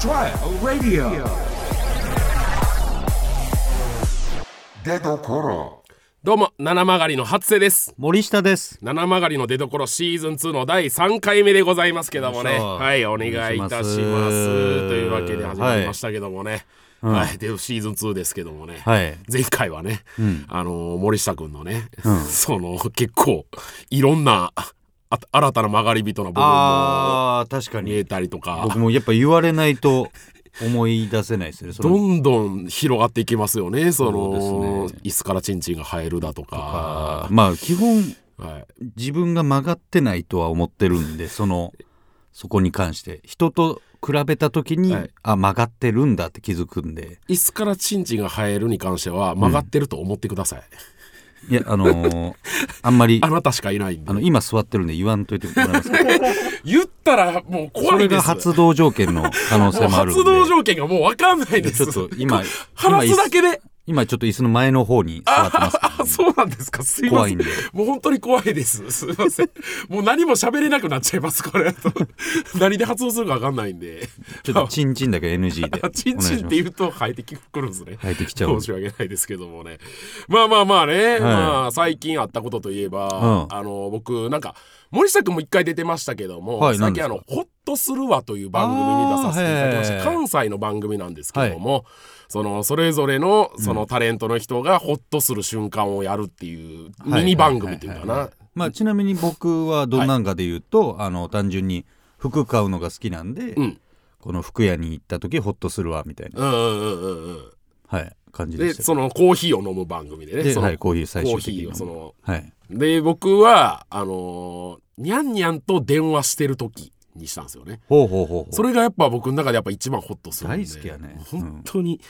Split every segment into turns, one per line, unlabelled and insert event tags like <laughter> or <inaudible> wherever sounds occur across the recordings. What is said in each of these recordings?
trial radio.
出どころ
どうも七曲りの初瀬です
森下です
七曲りの出所シーズン2の第3回目でございますけどもね
よいしょ
はいお願いいたします
お願いします
というわけで始まりましたけどもねはい、でシーズン2ですけどもね、
はい
前回はね、あのー森下君のね、その結構いろんなあ新たな曲がり人の部分も
あー確か
見
に
えたりとか
僕もやっぱ言われないと思い出せないですねそ
ど
の
んどん広がっていきますよねそ
そう
の
ですね
椅子からチンチンが生えるだとか
まあ基本
はい、
自分が曲がってないとは思ってるんでそのそこに関して人と比べた時に、
はい
あ曲がってるんだって気づくんで
椅子からチンチンが生えるに関しては曲がってると思ってください、
いやあのーあんまり
あなたしかいないんで
あの今座ってるんで言わんといてもらえます
<laughs>
か
言ったらもう
そ
怖
れ
いで
が
す
発動条件の可能性
もう
もあるん
発
で
動条件がもう分かんないです
ちょっと今
話すだけで
今ちょっと椅子の前の方に座ってますから
<laughs> あそうなんですかすいま
怖
せ
い
ん
んで
もう本当に怖いですすいませんもう何も喋れなくなっちゃいますこれだ <laughs> と何で発動するか分かんないんで
ちょっとチンチンだけ NG でお願いしま
あ
す
チンチンって言うと生えてきくるんですね。
生えてきちゃうんで
申し訳ないですけどもね。まあまあまあね、
い
まあ最近あったことといえば、
うん
あの僕なんか森下君も一回出てましたけども、
はい
最近あ
何で
の
す
ホッとするわという番組に出させていただきまし
あ
た。
ーへー
関西の番組なんですけども。そのそれぞれのそのタレントの人がホッとする瞬間をやるっていうミニ番組っていうか
は
な
まあ、ちなみに僕はどんなんかで言うと、あの単純に服買うのが好きなんで、
ん
この服屋に行った時ホッとするわみたいな、
うんうんうんうんうん
はい、感じで
で
した
そのコーヒーを飲む番組でね
で
その
はいコーヒー最終的に
コーヒーをその
はい、
で僕はあのーにゃんにゃんと電話してる時にしたんですよね
ほうほうほうほう
それがやっぱ僕の中でやっぱ一番ホッとするんで
大好きやねうん
本当に、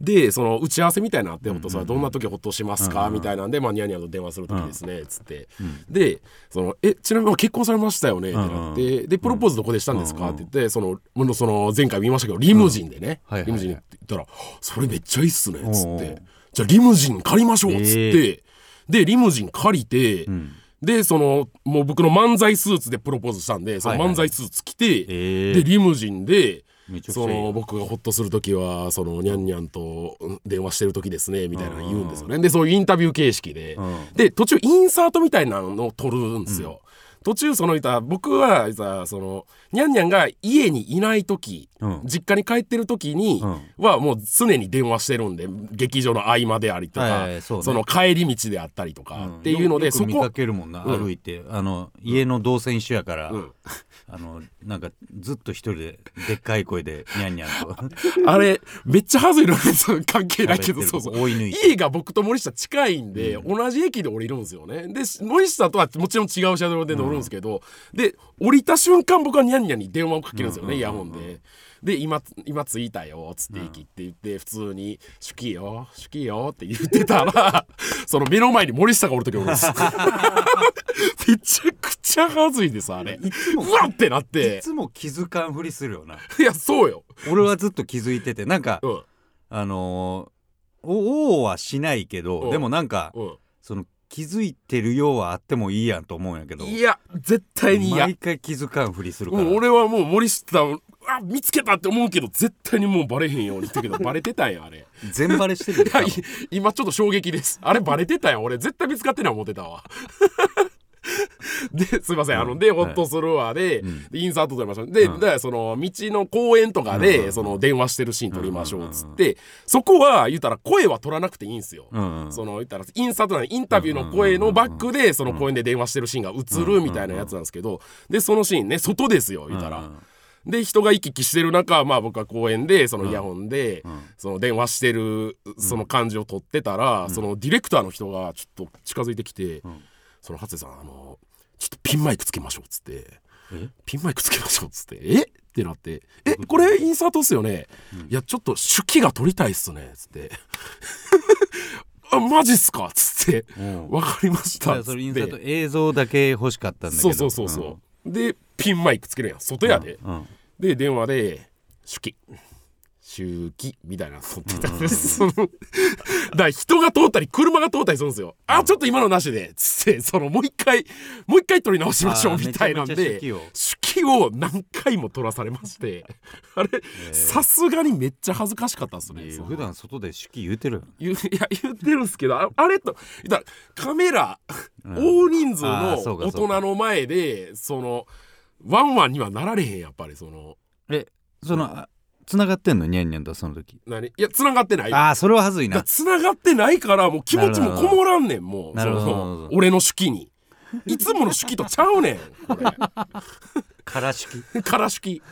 でその打ち合わせみたいなのあってほとそれはどんな時ホッとしますか、みたいなんで、まあ、にゃんにゃんと電話する時ですね、つって、でその「えちなみに結婚されましたよね」ってなって、でプロポーズどこでしたんですか、って言ってそのもうその前回見ましたけどリムジンでね、
うんはいはいはい
リムジンって言ったら「それめっちゃいいっすね」つっ
おうお
て
う
「じゃあリムジン借りましょう」つって、
え
でリムジン借りて、
ん
でそのもう僕の漫才スーツでプロポーズしたんでその
はいはい
漫才スーツ着て、
ええ
でリムジンで
めちゃくちゃい
そ
い
の僕がホッとする時はそのニャンニャンとうん電話してる時ですねみたいなの言うんですよねでそういうインタビュー形式で
ん
で途中インサートみたいなのを撮るんですよ途中そのいた僕はさそのニャンニャンが家にいない時
うん
実家に帰ってる時に
う
はもう常に電話してるんで劇場の合間でありと
は
か
いはいそうね
その帰り道であったりとかっていうので
よく
そ
見
こ
かけるもんな、
うん
歩いてあの家の動線一緒やから、
うん
あのなんかずっと一人ででっかい声でニャンニャ
<laughs>
ンと
あれ、めっちゃ恥ずいのね、関係ないけど、
喋ってる
そうそう。
追い抜いて
家が僕と森下近いんで、同じ駅で降りるんですよね。で、森下とはもちろん違う車両で乗るんですけど、で、降りた瞬間僕はニャンニャンに電話をかけるんですよね、イヤホンで。で、今、今着いたよ、つって駅って言って、普通に、手記よ、手記よって言ってた
<laughs>
ら、その目の前に森下がおるときおるんです。めちゃくちゃ恥ずいです、あれ。うわってなっ
い
て。
つも気づかんふりするよない
や、そうよ。
俺はずっと気づいててなんか、
うん。
あのーおおはしない
う
け
ん
どでもなんか
うん。
その気づいてるようはあってもいいやんと思うんやけど
いや、絶対に嫌。
毎回気づかんふりするから
もう俺はもう森下をあ見つけたって思うけど絶対にもうバレへんようにってけど <laughs> バレてたんやあれ
全バレし
<laughs>
てるよ
いやい今ちょっと衝撃ですあれバレてたんや俺絶対見つかってない思ってたわ <laughs> ですいませんあので、ホッとするわで,、でインサート撮りましょうで、だからその道の公園とかで、その電話してるシーン撮りましょうっつって、そこは言ったら声は撮らなくていいんすよ、
うんうん
その言ったらインサートなんでインタビューの声のバックでその公園で電話してるシーンが映るみたいなやつなんですけどでそのシーンね外ですよ言ったら。で人が行き来してる中、まあ、僕は公園でそのイヤホンでその電話してるその感じを撮ってたら、そのディレクターの人がちょっと近づいてきて「その初瀬さんあのちょっとピンマイクつけましょう」っつって「ピンマイクつけましょう」っつって「えっ?」てなって「えこれインサートっすよね、いやちょっと手記が撮りたいっすね」っつって。 <laughs> あマジっすかっつって「
ん
わかりまし
だ
た
か」
っ
ら
つ
そ
っ
れインサート
て
映像だけ欲しかったんだけど
そうそうそうそうでピンマイクつけるやん外やで、
うん、うん
で電話で「手記手記」みたいなの撮ってたんです、そのだから人が通ったり車が通ったりするんですよ「あちょっと今のなしで」つってそのもう一回もう一回撮り直しましょう
あー
みたいなん
めちゃめちゃ
で
手記を
手息を何回も取らされまして
<laughs>
あれさすがにめっちゃ恥ずかしかったですね、
い
そ
や
の
普段外で手記言うてるよ
言ういや言ってるんですけどああれとだからカメラ、大人数
あー
の
そう
大
かそうか
人の前でそのワンワンにはなられへんやっぱりその
えそのつながってんのニャンニャンとはその時
何いや繋がってない
ああそれははずいな
つながってないからもう気持ちもこもらんねんもう
な
そ
るほ
の
ど
そ
なるほ
の
ど
俺の手記にいつもの手記とちゃうねんこれ <laughs>
からしき
から手記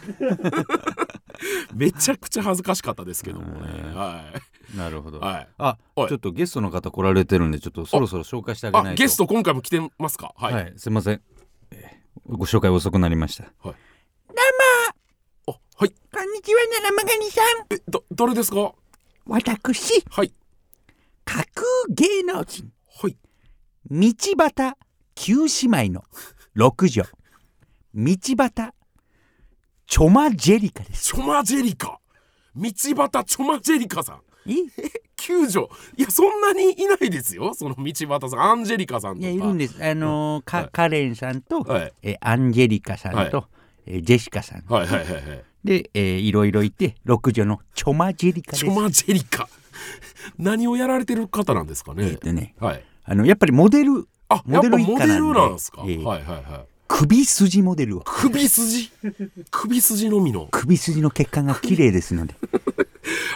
めちゃくちゃ恥ずかしかったですけどもねはい
<laughs> なるほど、
はい
あ
はい
ちょっとゲストの方来られてるんでちょっとそろそろ紹介してあげない
あ
と
ゲスト今回も来てますかは
はいい、すいませんえーご紹介遅くなりました
あはい
こんにちは、ならまがりさん。
えだ誰ですか
私、
はい
架空芸能人、
はい
道端九姉妹の六女、道端、チョマジェリカです。
チョマジェリカ道端チョマジェリカさん
え
救助いやそんなにいないですよその道端さんアンジェリカさんと
い
か
や、いるんです。あのーか
はい
カレンさんと、
はい
えーアンジェリカさんと、えージェシカさん。
はいはいはいはい
で、えーいろいろいて、六女のチョマジェリカです。
チョマジェリカ <laughs> 何をやられてる方なんですかね、
でね、
はい
あの、やっぱりモデル、
あや
モ
っ
デ
ぱ
ル
モ
一家な
デ
んで
ルなんですか、
ええ
はいはいはい
首筋モデルを。<laughs>
首筋首筋のみの
首筋の血管が綺麗です
<laughs>
ので。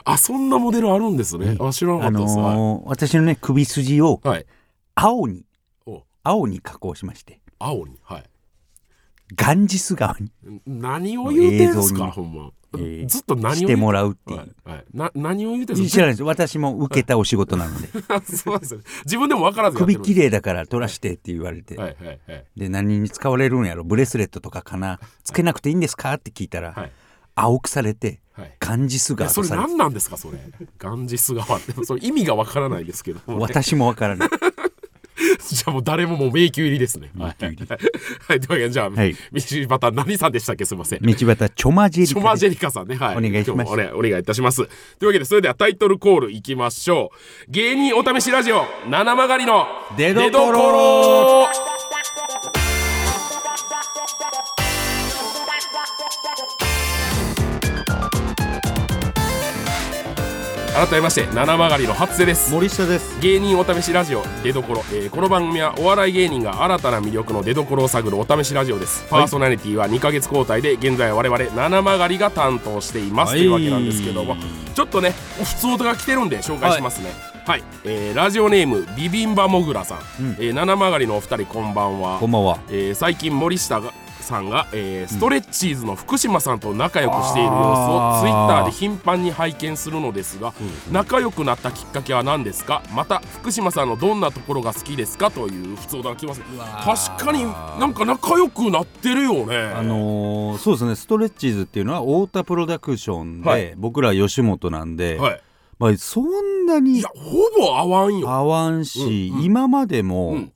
あそんなモデルあるんですね、あ知らなか
あ
った
の
です、
ー私のね首筋を
はい、はい、
青に
お
青に加工しまして
青にはい
ガンジス川に
何を言うてんす
映像
か
に
ほんま、
えー
ずっと何を言
し
う
てもらうってい
は
う。
いはい、な何を言うてん
知
す
ら
か
ないです私も受けたお仕事なので
<laughs> そうですね自分でも分からずやっ
首
てる
綺麗だから取らしてって言われて、
はいはいはい
で何に使われるんやろブレスレットとかかなつけなくていいんですかって聞いたら、
はい
青くされて
はい
ガンジス
いや
川
そ
と
れ
されて
何なんですかそれガンジス川ってそれ意味が分からないですけどもね
私もわからない
<laughs> じゃあもう誰ももう迷宮入りですね。はい。 <laughs> はい、というわけで、じゃあ、
はい
道端何さんでしたっけすいません。
道端チョマジェリ
チ
カ
ョマジェリカさんね。はい。
お願いします
今日もお願いお願いいたします。というわけで、それではタイトルコールいきましょう。芸人お試しラジオ、七曲りの
出所
所改めまして、七曲りの初瀬です。
森下です
芸人お試しラジオ出どころ、えーこの番組はお笑い芸人が新たな魅力の出どころを探るお試しラジオですパーソナリティは2ヶ月交代で現在は我々七曲りが担当しています、
はい
というわけなんですけどもちょっとね普通音が来てるんで紹介しますねはい、えーラジオネームビビンバもぐらさん、えー七曲りのお二人こんばんは
こんばんは
えー最近森下がさんが、えーストレッチーズの福島さんと仲良くしている様子
あー
をツイッターで頻繁に拝見するのですが仲良くなったきっかけは何ですかまた福島さんのどんなところが好きですかという普通だきます確かになんか仲良くなってるよね
あのーそうですねストレッチーズっていうのは太田プロダクションで、
はい
僕ら吉本なんで、
はい、
まあ、そんないに
やほぼ合わんよ
合わんし、
うんうん
今まで
う
も
ん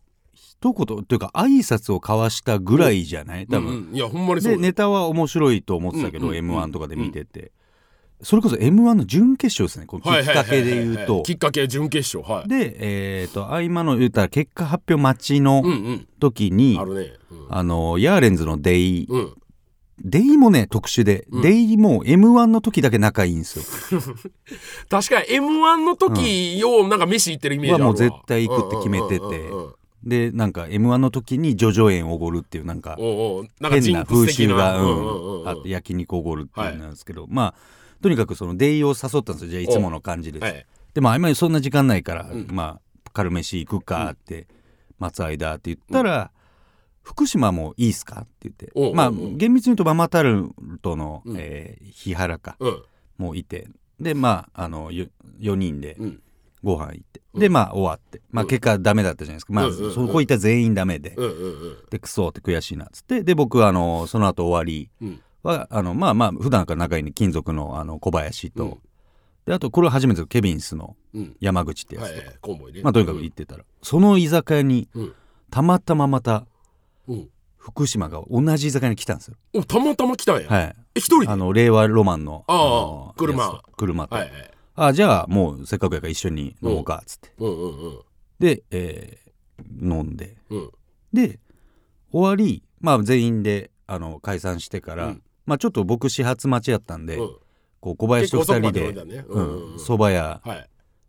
一言っていうか挨拶を交わしたぐらいじゃない多分、
うんうんいやほんまにそう
で
よ
ネタは面白いと思ってたけ
う
ど、
んうん
m 1とかで見てて、それこそ m 1の準決勝ですねこの
はい
きっ
はいは
か
いはい
けで言うと
きっかけ準決勝はい
でえっ、と合間の言うたら結果発表待ちの
うん
時
う
に、
んあるねうん
あのヤーレンズのデイ、
うん
デイもね特殊で、
うん
デイも m 1の時だけ仲いいんですよ
確かに m 1の時ようなんか飯行ってるイメージあるわ
はもう絶対行くって決めてて
うんうんうんうん
でなんか m 1の時に叙々苑おごるっていうなんか
おうおうなんか
変
ジ
な
ンクス
風
的
習
な
が、う
うんうんうん
ん、
うん
あって焼肉おごるっていうんなんですけど、まあとにかくそのデイを誘ったんですよじゃあいつもの感じです、
はい
でもあんまりそんな時間ないから、
ん
まあ軽飯行くかって待つ間って言ったら、福島もいいっすかって言って
おうおうおう
まあ厳密に言うとママタルトの、
うん
えー日原か
うん
もいてでまああのよ4人で
うん
ご飯行って、でまあ終わってまあ結果ダメだったじゃないですか、まあ
うんうんうん
そこ行った全員ダメで、
うんうんうん
でクソって悔しいなっつってで僕はあのその後終わり
うん
はあのまあまあ普段から仲いいね金属のあの小林と、
うん
であとこれは初めてですケビンスの
うん
山口ってやつ
は
と、
いはいコンボイね
まあとにかく行ってたら、その居酒屋に
うん
たまたままた
うん
福島が同じ居酒屋に来たんですよ。
おたまたま来たんや
はい、
え一人で
あ
はい
の令和ロマンの
ああ
の
車
やつと車と、
はい
あじゃあもうせっかくやから一緒に飲もうかっつって、
うんうんうん
で、えー飲んで
うん
で終わりまあ全員であの解散してから、
うん
まあ、ちょっと僕始発待ちやったんで、
うん
こう小林と
結構
2人
遅くまで飲んだ
で
ねうんうんうん
うんそば、屋
は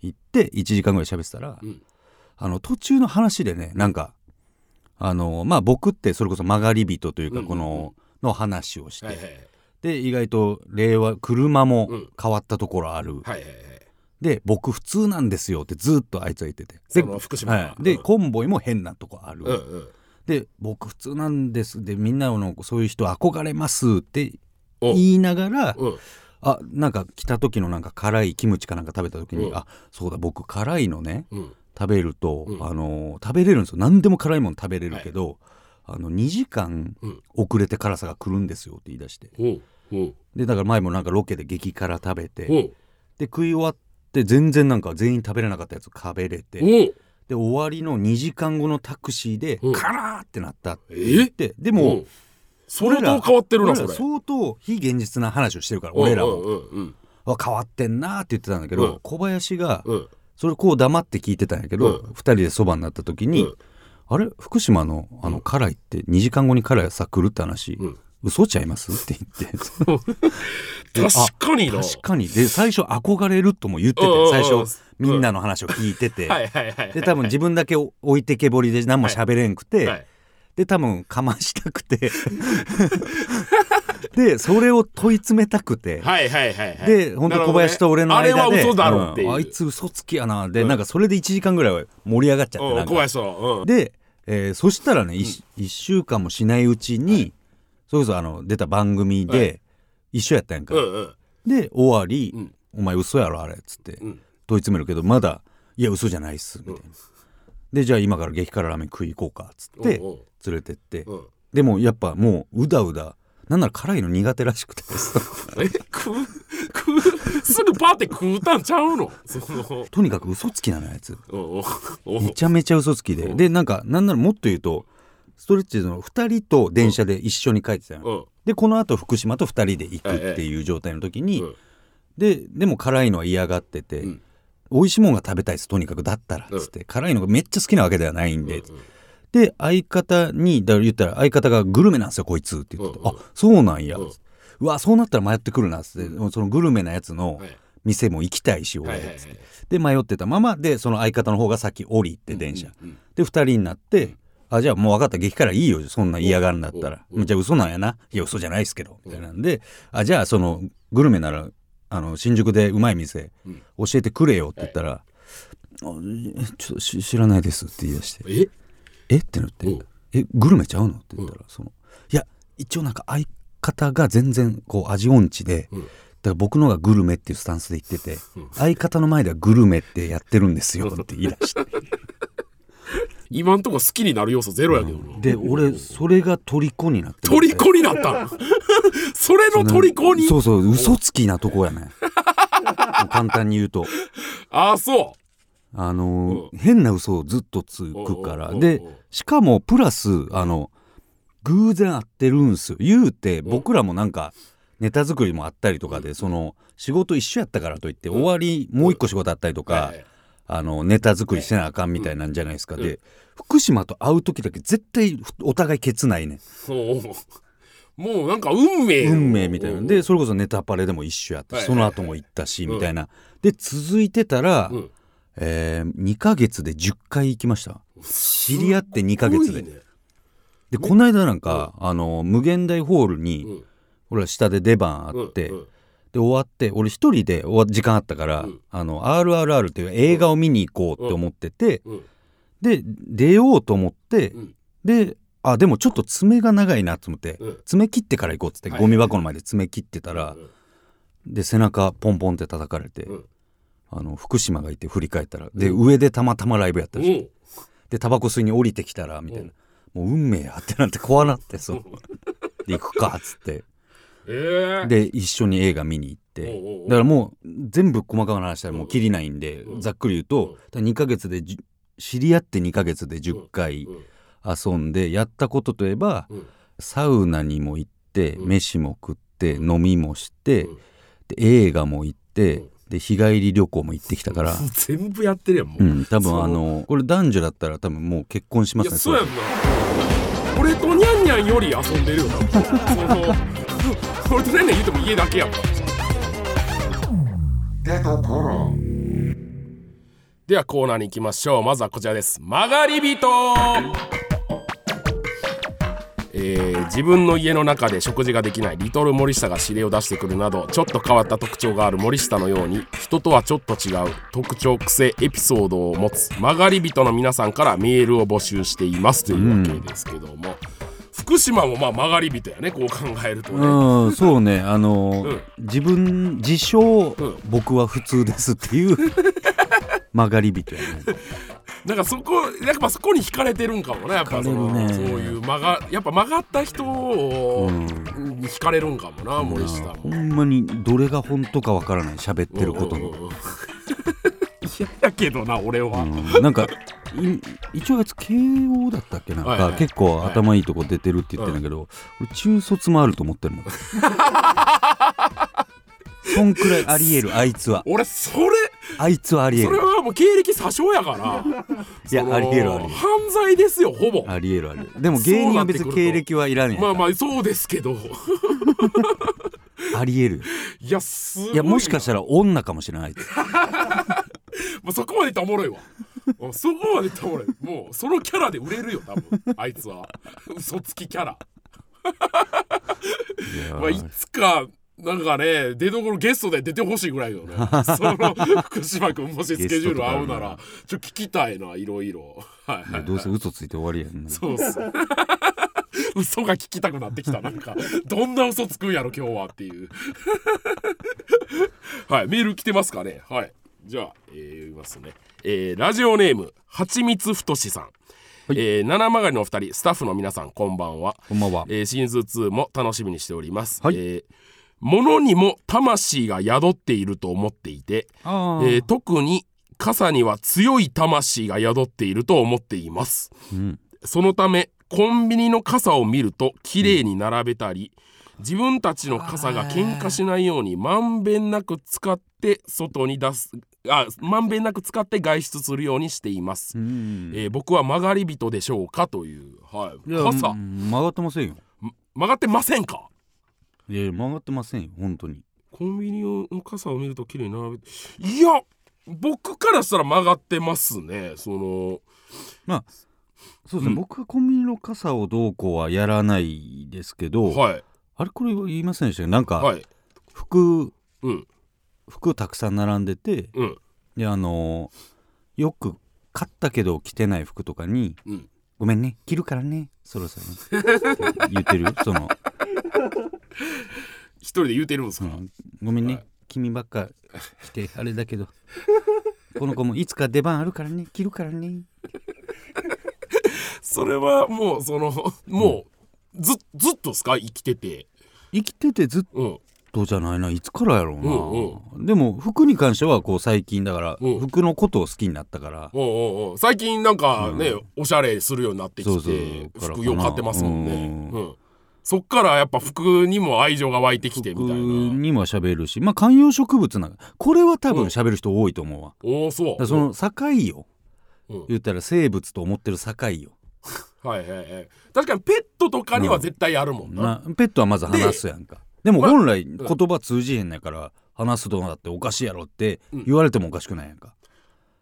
い
行って1時間ぐらい喋ってたら、
うん
あの途中の話でねなんかあのまあ僕ってそれこそ曲がり人とい
う
うか
んうんうん
この、の話をして、
はいはい
で意外と令和車も
うん
変わったところある、
はいはいはい
で僕普通なんですよってずっとあいつは言ってて
そ
で,、
の福島が
はい、で、
うん
コンボイも変なとこある、
うんうん
で僕普通なんですでみんなのそういう人憧れますって
お
言いながら
うん
あなんか来た時のなんか辛いキムチかなんか食べた時に、
うん
あそうだ僕辛いのね
うん
食べると、
うん
あの食べれるんですよ何でも辛いもの食べれるけど、あの2時間
うん
遅れて辛さが来るんですよって言い出して
ほうほう
でだから前もなんかロケで激辛食べて
ほ
で
う
食い終わって全然なんか全員食べれなかったやつ食べれて
ほう
で終わりの2時間後のタクシーで
うん
辛ーってなったって言ってでも、
うんそれと変わってるな
俺
そ
ら
れ
相当非現実な話をしてるから俺ら
うん
は
うんうん
は変わってんなーって言ってたんだけど、
うん
小林が
うん
それこう黙って聞いてたんやけど、
う
二人でそばになった時に、
うん
あれ福島のあの辛いって2時間後に辛いさ来るって話、
うん
嘘ちゃいますって言
<laughs>
って
うん確かにな
確かにで最初憧れるとも言ってて
うんうんうん
最
うん
初みんなの話を聞いてて、
はいはいはいはい
で多分自分だけ置いてけぼりで何も喋れんくて、
はい
で多分かました
<laughs>
くてでそれを問い詰めたくて、
はいはいはいはい
で本当小林と俺の間で、
なるほどねあれは嘘だろっていう
うんあいつ嘘つきやなで、
うん
なんかそれで1時間ぐらいは盛り上がっちゃって
う
なんん
小
か
林と
で、えーそしたらね 1,、一週間もしないうちに、それこそあの出た番組
は
で一緒やったやんか、
うんうんうん
で終わり、
うん
お前嘘やろあれ」っつって
う
問い
ん
詰めるけどまだ「いや嘘じゃないっす」みたいな。でじゃあ今から激辛ラーメン食い行こうかっつって
おう
連れてって、
おううん
でもやっぱもううだうだなんなら辛いの苦手らしくて
え食う食うすぐパーって食うたんちゃうのその
とにかく嘘つきなのやつ
おうおうおう
めちゃめちゃ嘘つきででなんかなんならもっと言うとストレッチーズの2人と電車で一緒に帰ってたの、
うん
でこのあと福島と2人で行くっていう状態の時に、
うん
ででも辛いのは嫌がってて、
うん
美味しいもんが食べたいですとにかくだったらっつって、辛いのがめっちゃ好きなわけではないんで、で相方にだから言ったら相方がグルメなんですよこいつって言ってて、
うんうん
あそうなんや、
う
うんわそうなったら迷ってくるなっつって、そのグルメなやつの
はい
店も行きたいし俺、
はいはいはい
で迷ってたままでその相方の方が先降りて電車、
うんうん
で2人になって、あじゃあもう分かった激辛いいよそんな嫌がるんだったら、
うんうん
じゃあ嘘なんやないや嘘じゃないですけどみたいなんで、あじゃあそのグルメならあの新宿でうまい店
うん
教えてくれよって言ったら「あえちょっとし知らないです」って言い出して
え
「えっ?」てなって
うん
「えグルメちゃうの?」って言ったら、そのいや一応なんか相方が全然こう味音痴で、
うん
だから僕のがグルメっていうスタンスで言ってて、
うん
相方の前ではグルメってやってるんですよって言い出して
今んとこ好きになる要素ゼロやけどな
で俺それが虜になってもうて
虜になったんそれの虜に
そうそう嘘つきなとこやねもう簡単に言うと
ああそ
あのー
う
変な嘘をずっとつくか
お
ら
うおうおうおう
でしかもプラスあの偶然会ってるんすよ言うて僕らもなんかネタ作りもあったりとかでその仕事一緒やったからといって終わりもう一個仕事あったりと
うは
か
いはい
あのネタ作りしてなあかんみたいなんじゃないですかで福島と会う時だけ絶対お互いケツないねん
おうもうなんか運命
運命みたいな
で
でそれこそネタパレでも一緒やったし
は
そ
いはい
の
はい
後も行ったしみたいなで続いてたら
うん
え2ヶ月で10回行きました知り合って2ヶ月ででこの間なんかあの無限大ホール
う
に
ん
俺ら下で出番あってで終わって俺一人で終わ時間あったから
うん
「あの RRR」っていう映画を見に行こうって思ってて
うん
で出ようと思って
うん
であでもちょっと爪が長いなと思って
うん
爪切ってから行こうっつって
はい
ゴミ箱の前で爪切ってたら
うん
で背中ポンポンって叩かれて、
うん
あの福島がいて振り返ったらで上でたまたまライブやった
う
らしい、
ん
でタバコ吸いに降りてきたらみたいな、もう運命やってなって怖なってそうで行くかっつって
えー
で一緒に映画見に行っ
おうおうお
て
う
だからもう全部細かくな話したらもうきりないんで、
うん
ざっくり言うと、だから2ヶ月でじゅ知り合って2ヶ月で10回
うん
遊んでやったことといえば、
うん
サウナにも行って、
うん
飯も食って、飲みもして、
うん
で映画も行って、
うん
で日帰り旅行も行ってきたから、
全部やってるやんもう
<laughs> うん、多
そ
分
う
あのこれ男女だったら多分もう結婚しま
い
す
や
ね
そうやんな俺とニャンニャらんより遊んでるよなその俺とねんねん言うても家だけやもん
出どころ
ではコーナーに行きましょうまずはこちらです曲がり人えー自分の家の中で食事ができないリトル森下が指令を出してくるなどちょっと変わった特徴がある森下のように人とはちょっと違う特徴癖エピソードを持つ曲がり人の皆さんからメールを募集していますというわけですけども、福島もまあ曲がり人やねこう考えるとね、
うん、そうね、あの、
うん
自分自称、
ん
僕は普通ですって
<laughs>
いう曲がり人やね。
なんかそこやっぱそこに惹かれてるんかもねやっぱその、
惹かれ
そう
るね
いう曲がやっぱ曲がった人を、に惹かれるんかもな森下
ほ
も。
んまにどれが本当かわからない喋ってること
うんうん <laughs>
の。
うん嫌やけどな俺は、
うんなんかい一応あいつ慶応だったっけな、
はいはい
が結構頭いいとこ出てるって言ってんだけど、俺中卒もあると思ってる
<laughs>
もんそんくらいありえるあいつは
俺それ
あいつはありえ
それ
る
はもう経歴詐称やから
いや
その
ありえるありえる
犯罪ですよほぼ
ありえるありえるでも芸人は別に経歴はいらねえ
まあまあそうですけど <laughs>
ありえるよ
いやすごい
いやもしかしたら女かもしれないあいつ
まあ、そこまでいったらおもろいわうんそこまでいったらおもろいもうそのキャラで売れるよ多分あいつは嘘つきキャラまあ、いつかなんかね出どころゲストで出てほしいぐらいだよね
<laughs>
その福島君もしスケジュール合うならちょっと聞きたいないろいろはいはい、
どうせ嘘ついて終わりやんな
そうっす <laughs> 嘘が聞きたくなってきたなんかどんな嘘つくんやろ今日はっていう <laughs> はいメール来てますかねはいじゃあ、えー読みますね、えーラジオネームはちみつふとしさん、えー七曲りのお二人スタッフの皆さんこんばんは
こんばんは
えー、シーズン2も楽しみにしております、
はい
えー物にも魂が宿っていると思っていて、
あ
えー特に傘には強い魂が宿っていると思っています
うん
そのためコンビニの傘を見ると綺麗に並べたり、自分たちの傘が喧嘩しないようにまんべんなく使って外に出すあまんべんなく使って外出するようにしています、
うん
えー僕は曲がり人でしょうかという、はい、
いや
傘、
うん曲がってませんよ
曲がってませんか
いや曲がってませんよ本当に
コンビニの傘を見ると綺麗に並べていや僕からしたら曲がってますねその
まあそうですね、僕はコンビニの傘をどうこうはやらないですけど、
はい
あれこれ言いませんでしたけどなんか、
はい
服
うん
服たくさん並んでて
うん
であのーよく買ったけど着てない服とかに
うん
「ごめんね着るからねそろそろね」 <laughs> って言ってるよその、
一人で言うてるんです
う
か、
んごめんね君ばっか着てあれだけどこの子もいつか出番あるからね着るからね」
それはもうそのもうずずっとですか生きてて
生きててずっ
うん
とじゃないないつからやろうな、
う
でも服に関してはこう最近だから、
うん
服のことを好きになったから、
おうおうおう最近なんかね、おしゃれするようになってきて
そうそうからかな
服用買ってますもんねう、
うん
そっからやっぱ服にも愛情が湧いてきてみ
僕
たいな
には喋るしまあ観葉植物なんかこれは多分喋る人多いと思うわ、
おおそ
だか
う
らその境よ、
うん
言ったら生物と思ってる境よ、
はいはいはい確かにペットとかには絶対あるもんな、
なペットはまず話すやんかでも
まあ
本来言葉通じへんやから話すとなっておかしいやろって言われてもおかしくないやんか、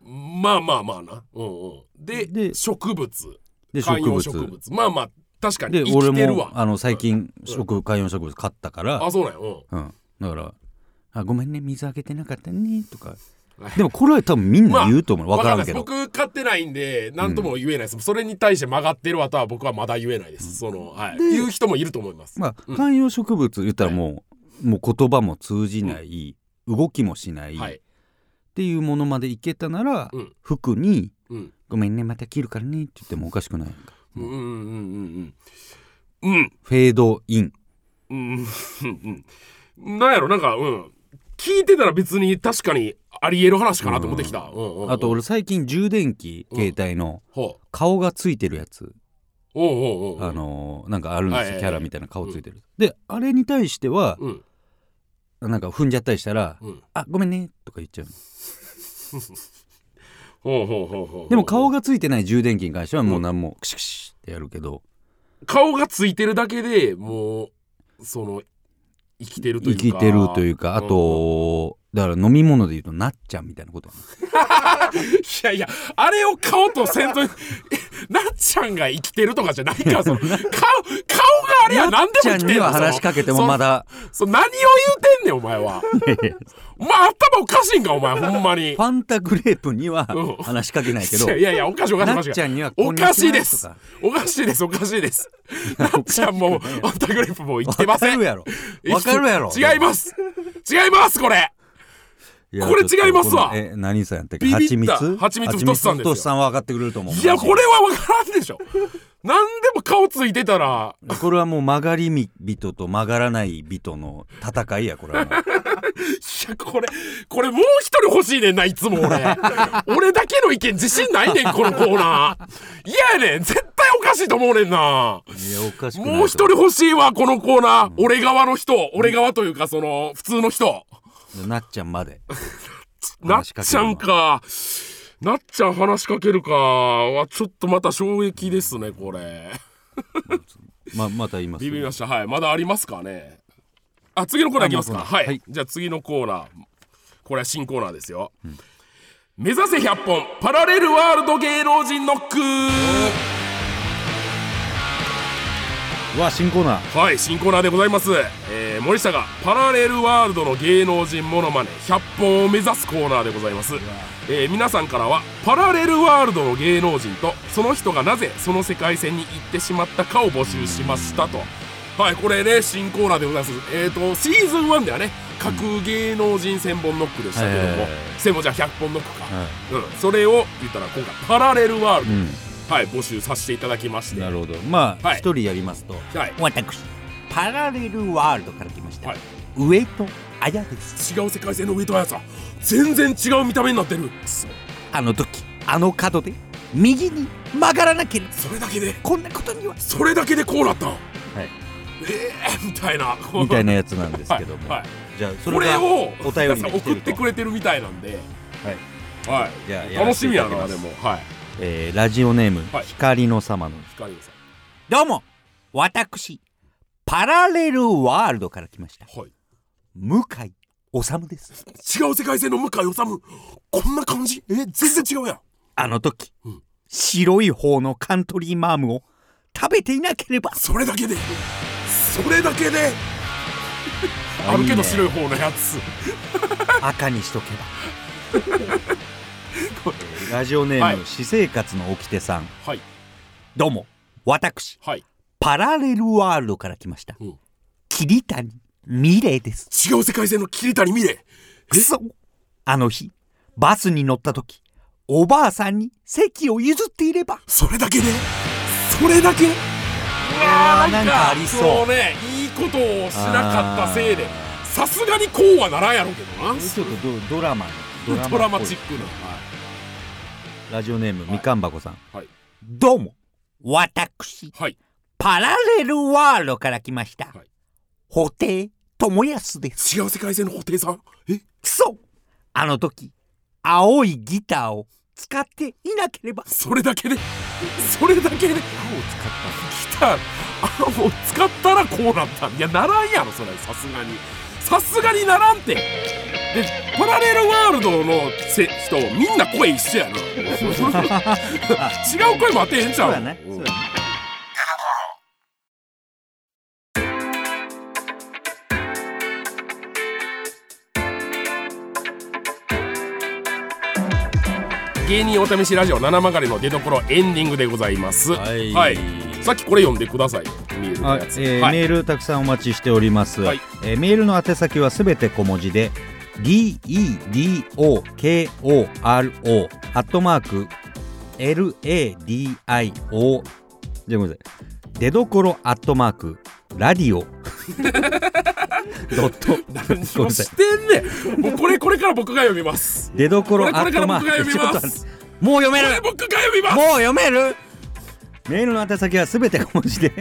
まあまあまあな。うんうん、で
で
植物
で
観葉
植
植
物
物まあまあ確かに生
で
きて
俺
る
も
わ。
あの最近植観葉植物買ったから、
あそうなんや。うん
うん、だからあ「ごめんね水あげてなかったね」とか
はい
でもこれは多分みん
まあ
な言うと思う、わから
わ
んけど
僕買ってないんで何とも言えないです、それに対して曲がってるわとは僕はまだ言えないです、そのはい言う人もいると思います、
まあ、観葉植物言ったらもう,、もう言葉も通じない、動きもしない、
は
っ
い、
ていうものまでいけたなら、
うん
服に
うん、
「ごめんねまた着るからね」って言ってもおかしくないやんか
うんうんうんうんうん
フェードイン
うんうんうんうんなんやろなんかうん聞いてたら別に確かにありえる話かなと思ってきた、うんうんうん
あと俺最近充電器携帯の
ほう
顔がついてるやつ、
おうおうおう
あのーなんかあるんですよ、
はいはいはい
キャラみたいな顔ついてる、であれに対しては、
うん
なんか踏んじゃったりしたら「
うん
あごめんね」とか言っちゃうの
ほうほうほうほう
でも顔がついてない充電器に関してはもう何もクシクシってやるけど、
顔がついてるだけでもうその生きてるとい
生
うか
きてるというかあ
うん
と、だから飲み物で言うとなっちゃんみたいなことや
いやいやあれを顔とせんと <laughs> えなっちゃんが生きてるとかじゃないからそ
<laughs>
の顔顔があれや
なな
何
っ
でも
ち
生
ゃん
きて
に
る
は話しかけてもまだ
そ何を言うてんねんお前は
<laughs>
お前頭おかしいんかお前ほんまに
ファンタグレープには
うん
話しかけないけど
いやいやいやおかしいおかしいお
な
か
っ
しい
ちゃんにはこ
お
んにちは
かしいです
とか
おかしいですおかしい
<laughs>
ですなっちゃんもオンタグレープもう言ってません
わかるやろわかるやろ
違います違いますこれ
いや
これ
ちょっと
違いますわ
このえ何さんやったっけ
ビビった
蜂蜜
蜂蜜太さんですよ
蜂蜜太さんは分かってくれると思う
いやこれは分からんでし
<laughs>
ょ何でも顔ついてたら
これはもう曲がりみ人と曲がらない人の戦いやこれ
<laughs>
はもう
いやこれこれもう一人欲しいねんないつ
<laughs>
も俺俺だけの意見自信ないねんこのコーナー嫌やねん絶対おかしいと思うねんない
やおかしくない
もう一人欲しいわこのコーナー、俺側の人俺側というかその普通の人、
なっちゃんまで
なっ
話しかけ
ち
る
ゃ
わ
んかなっちゃん話しかけるかはちょっとまた衝撃ですねこれ
ままた言います
ビビりましたはいまだありますかねあ次のコーナーいきますか
あもうそう
は
だ
い、
はい
じゃあ次のコーナーこれは新コーナーですよ、目指せ100本パラレルワールド芸能人ノック
うわ新コーナー
はい新コーナーでございます、えー森下がパラレルワールドの芸能人モノマネ100本を目指すコーナーでございます、えー皆さんからはパラレルワールドの芸能人とその人がなぜその世界線に行ってしまったかを募集しましたとはいこれね新コーナーでございますえっ、とシーズン1ではね各芸能人1000本ノックでしたけど
はいはい
も
はい
1000本じゃあ100本ノックか、
は
うん、それを言ったら今回パラレルワール
う
ド、
ん
はい募集させていただきまして
なるほどまあ
はい
一人やりますと
はい
私パラレルワールドから来ました、
はい
上戸彩です
違う世界線の上戸彩さん全然違う見た目になってる
あの時あの角で右に曲がらなければ
それだけで
こんなことには
それだけでこうなったん
はい
ええみたいな
みたい
な
なやつなんですけども、
はいはい
じゃあそ
こ
れ
れ
が
を
お便り
皆
に
さん
来
送
て
っ
ると
てくれてるみたいなんで
はい
はい
じゃあやらせていただき
楽しみやな
ます
でもはい
えーラジオネーム、
はい
光の様の
光さ
どうも私パラレルワールドから来ました
んはい
向井治です
違う世界線の向井治こんな感じえ全然違うやん
あの時、
ん
白い方のカントリーマームを食べていなければ
それだけでそれだけであるけど白い方のやつ
赤にしとけば
<laughs>
ラジオネーム、
はい
私生活の掟さん
はい
どうも私
はい
パラレルワールドから来ました、
うん
桐谷美玲です
違う世界線の桐谷美玲
くそあの日バスに乗った時おばあさんに席を譲っていれば
それだけでそれだけ
あーなんかありそう
ねいいことをしなかったせいでさすがにこうはならんやろうけど
ちょっとドド
<laughs>
ラマ
なドラマチックなは
ラジオネーム、みかん箱さん
い
どうも私
はい
パラレルワールドから来ました、
はい
布袋寅泰です
違う世界線の布袋さんえ
くそあの時青いギターを使っていなければ
それだけでそれだけで来た青を使ったらこうなったいやならんやろそれさすがにさすがにならんてでパラレルワールドのせ人みんな声一緒
<laughs>
やな違う声も当てへんちゃう
そうやねそうやね
芸人お試しラジオ七曲がりの出所エンディングでございます
はい
さっきこれ読んでくださいメールの
はい
やつ、
えー
はい
メールたくさんお待ちしております、
はい
えーメールの宛先はすべて小文字で dedokoro アットマーク ladio じゃあごめんなさい出どころアットマークラデ
<laughs>
ィオドット
何をしてんねんもうこれこれから僕が読みます
出どころア
これ
ットマー
これから
ク
僕が読みます
ちょっと待ってもう読め
こ
る
れ僕が読みます
もう読めるメールの宛先はすべて小文字で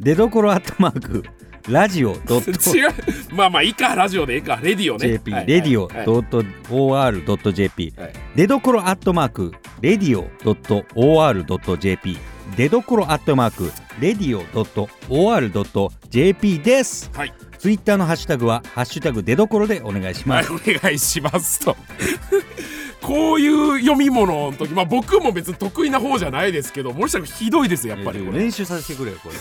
出どころアットマークラジオドット
<laughs> 違うまあまあいいかラジオでいいかレディオね
JP、
はい
レディオ
はい
ドット OR.jp、
はい
出どころアットマーク、レディオドット OR.jp、出どころアットマーク radio.or.jp です
はい、
ツイッターのハッシュタグは「ハッシュタグ出どころ」でお願いし
は
ま
い
す、
お願いしますと <laughs> こういう読み物の時まあ僕も別に得意な方じゃないですけど森下君ひどいですやっぱりこれ。
練習させてくれよ <laughs> これ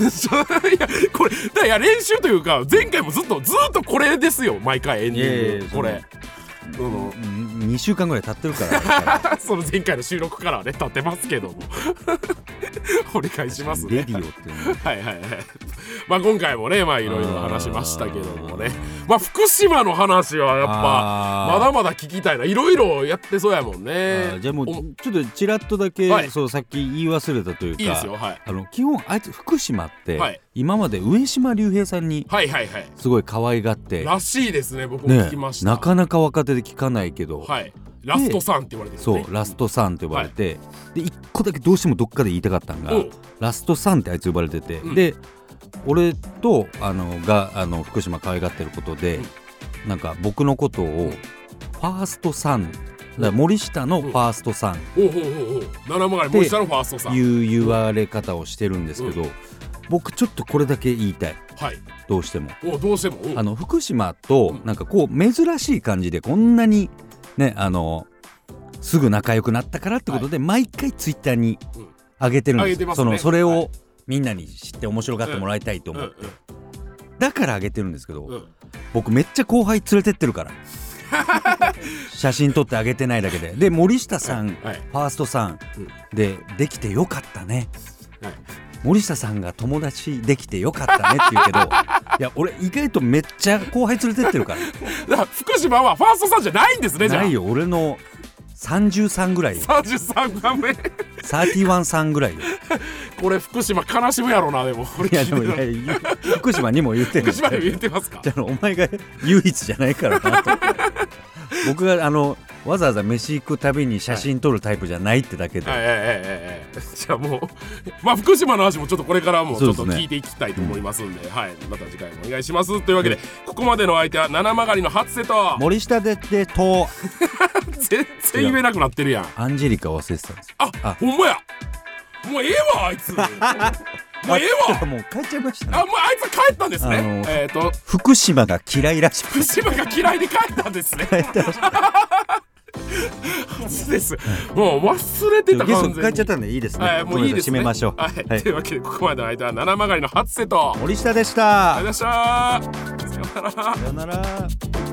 <laughs> いやこれだからいや練習というか前回もずっとずっとこれですよ毎回エンディング
いやいや
これ <laughs> その
2週間ぐらい経ってるからだから
その前回の収録からはね立ってますけども <laughs> お願いします
レ
ね
ディオっていうの
はいはいはい <laughs> まあ今回もねまあいろいろ話しましたけどもねまあ福島の話はやっぱ
あー
まだまだ聞きたいないろいろやってそうやもん
あ
ね
じゃあもう
お
ちょっとちらっとだけ、
はい
そうさっき言い忘れたというか
いいですよはい
あの基本あいつ福島って、
はい
今まで上島竜兵さんに
はいはいはい
すごい可愛がって、
らしいですね僕も
ね
聞きまし、た
なかなか若手で聞かないけど、
はいラストさんって言われてる
そ
ね
うラストさんと呼ばれて、で一個だけどうしてもどっかで言いたかったんが、
うん
ラストさんってあいつ呼ばれてて、
うん
で俺とあのがあの福島可愛がってることで、なんか僕のことをファーストさんだから森下のファーストさん
おうおうおうおう七曲がり森下のファーストさん
いう言われ方をしてるんですけど、僕ちょっとこれだけ言いたい
はい
どうしても。
おうどうしてもおう
あの福島となんかこう珍しい感じでこんなにねあのすぐ仲良くなったからってことで毎回ツイッターに
うん
上げてるん
上
で
げ
す
て
よ、
ますね
そのそれ
は
を
い
みんなに知って面白がってもらいたいと
うん
思
う
う、
ん
だから上げてるんですけど、
うん
僕めっちゃ後輩連れてって
<laughs>
るから写真撮ってあげてないだけでで森下さん、
はい
ファーストさん、
うん
でできてよかったね
はい
森下さんが友達できてよかったねって
<laughs>
言うけどいや俺意外とめっちゃ後輩連れてってるから
だから福島はファーストさんじゃないんですねじゃあ
ないよ俺の33ぐらいよ
33番目
31さんぐらいよ
これ福島悲しむやろなでもこれ
い
聞
や
いて
でもいやいや福島にも言ってる
福島でも言ってますか
じゃあお前が唯一じゃないからなと僕があのわざわざ飯行くたびに写真撮るタイプじゃないってだけで、
はいはいはいはいはいじゃあもう <laughs> まあ福島の話もちょっとこれからもちょっ
そ
と
うですね
聞いていきたいと思いますんではいまた次回もお願いしますというわけでここまでの相手は七曲りの初瀬と
森下ででと
全然言えなくなってるやん
アンジェリカ忘れてたんですよ
あ
あ
ほんまやもうええわあいつもうええわ
もう帰っちゃいましたね
あ、もうあいつ帰ったんですね。
あの
えっ、と、
福島が嫌いらしく
福島が嫌いで帰ったんですね。
帰っ
<laughs>
たらしく
マジです。もう忘れてた
ゲス
完
ト帰っ
全
ち
に
ゃっ。たんでいいですね、
はい、もういい
ごめんな
で
さ
す
締
ね。
めましょう、
はい、
はい
というわけで、ここまでの間は七曲りの初瀬と。あり
森下でした
がとうございました。さようなら。
さよなら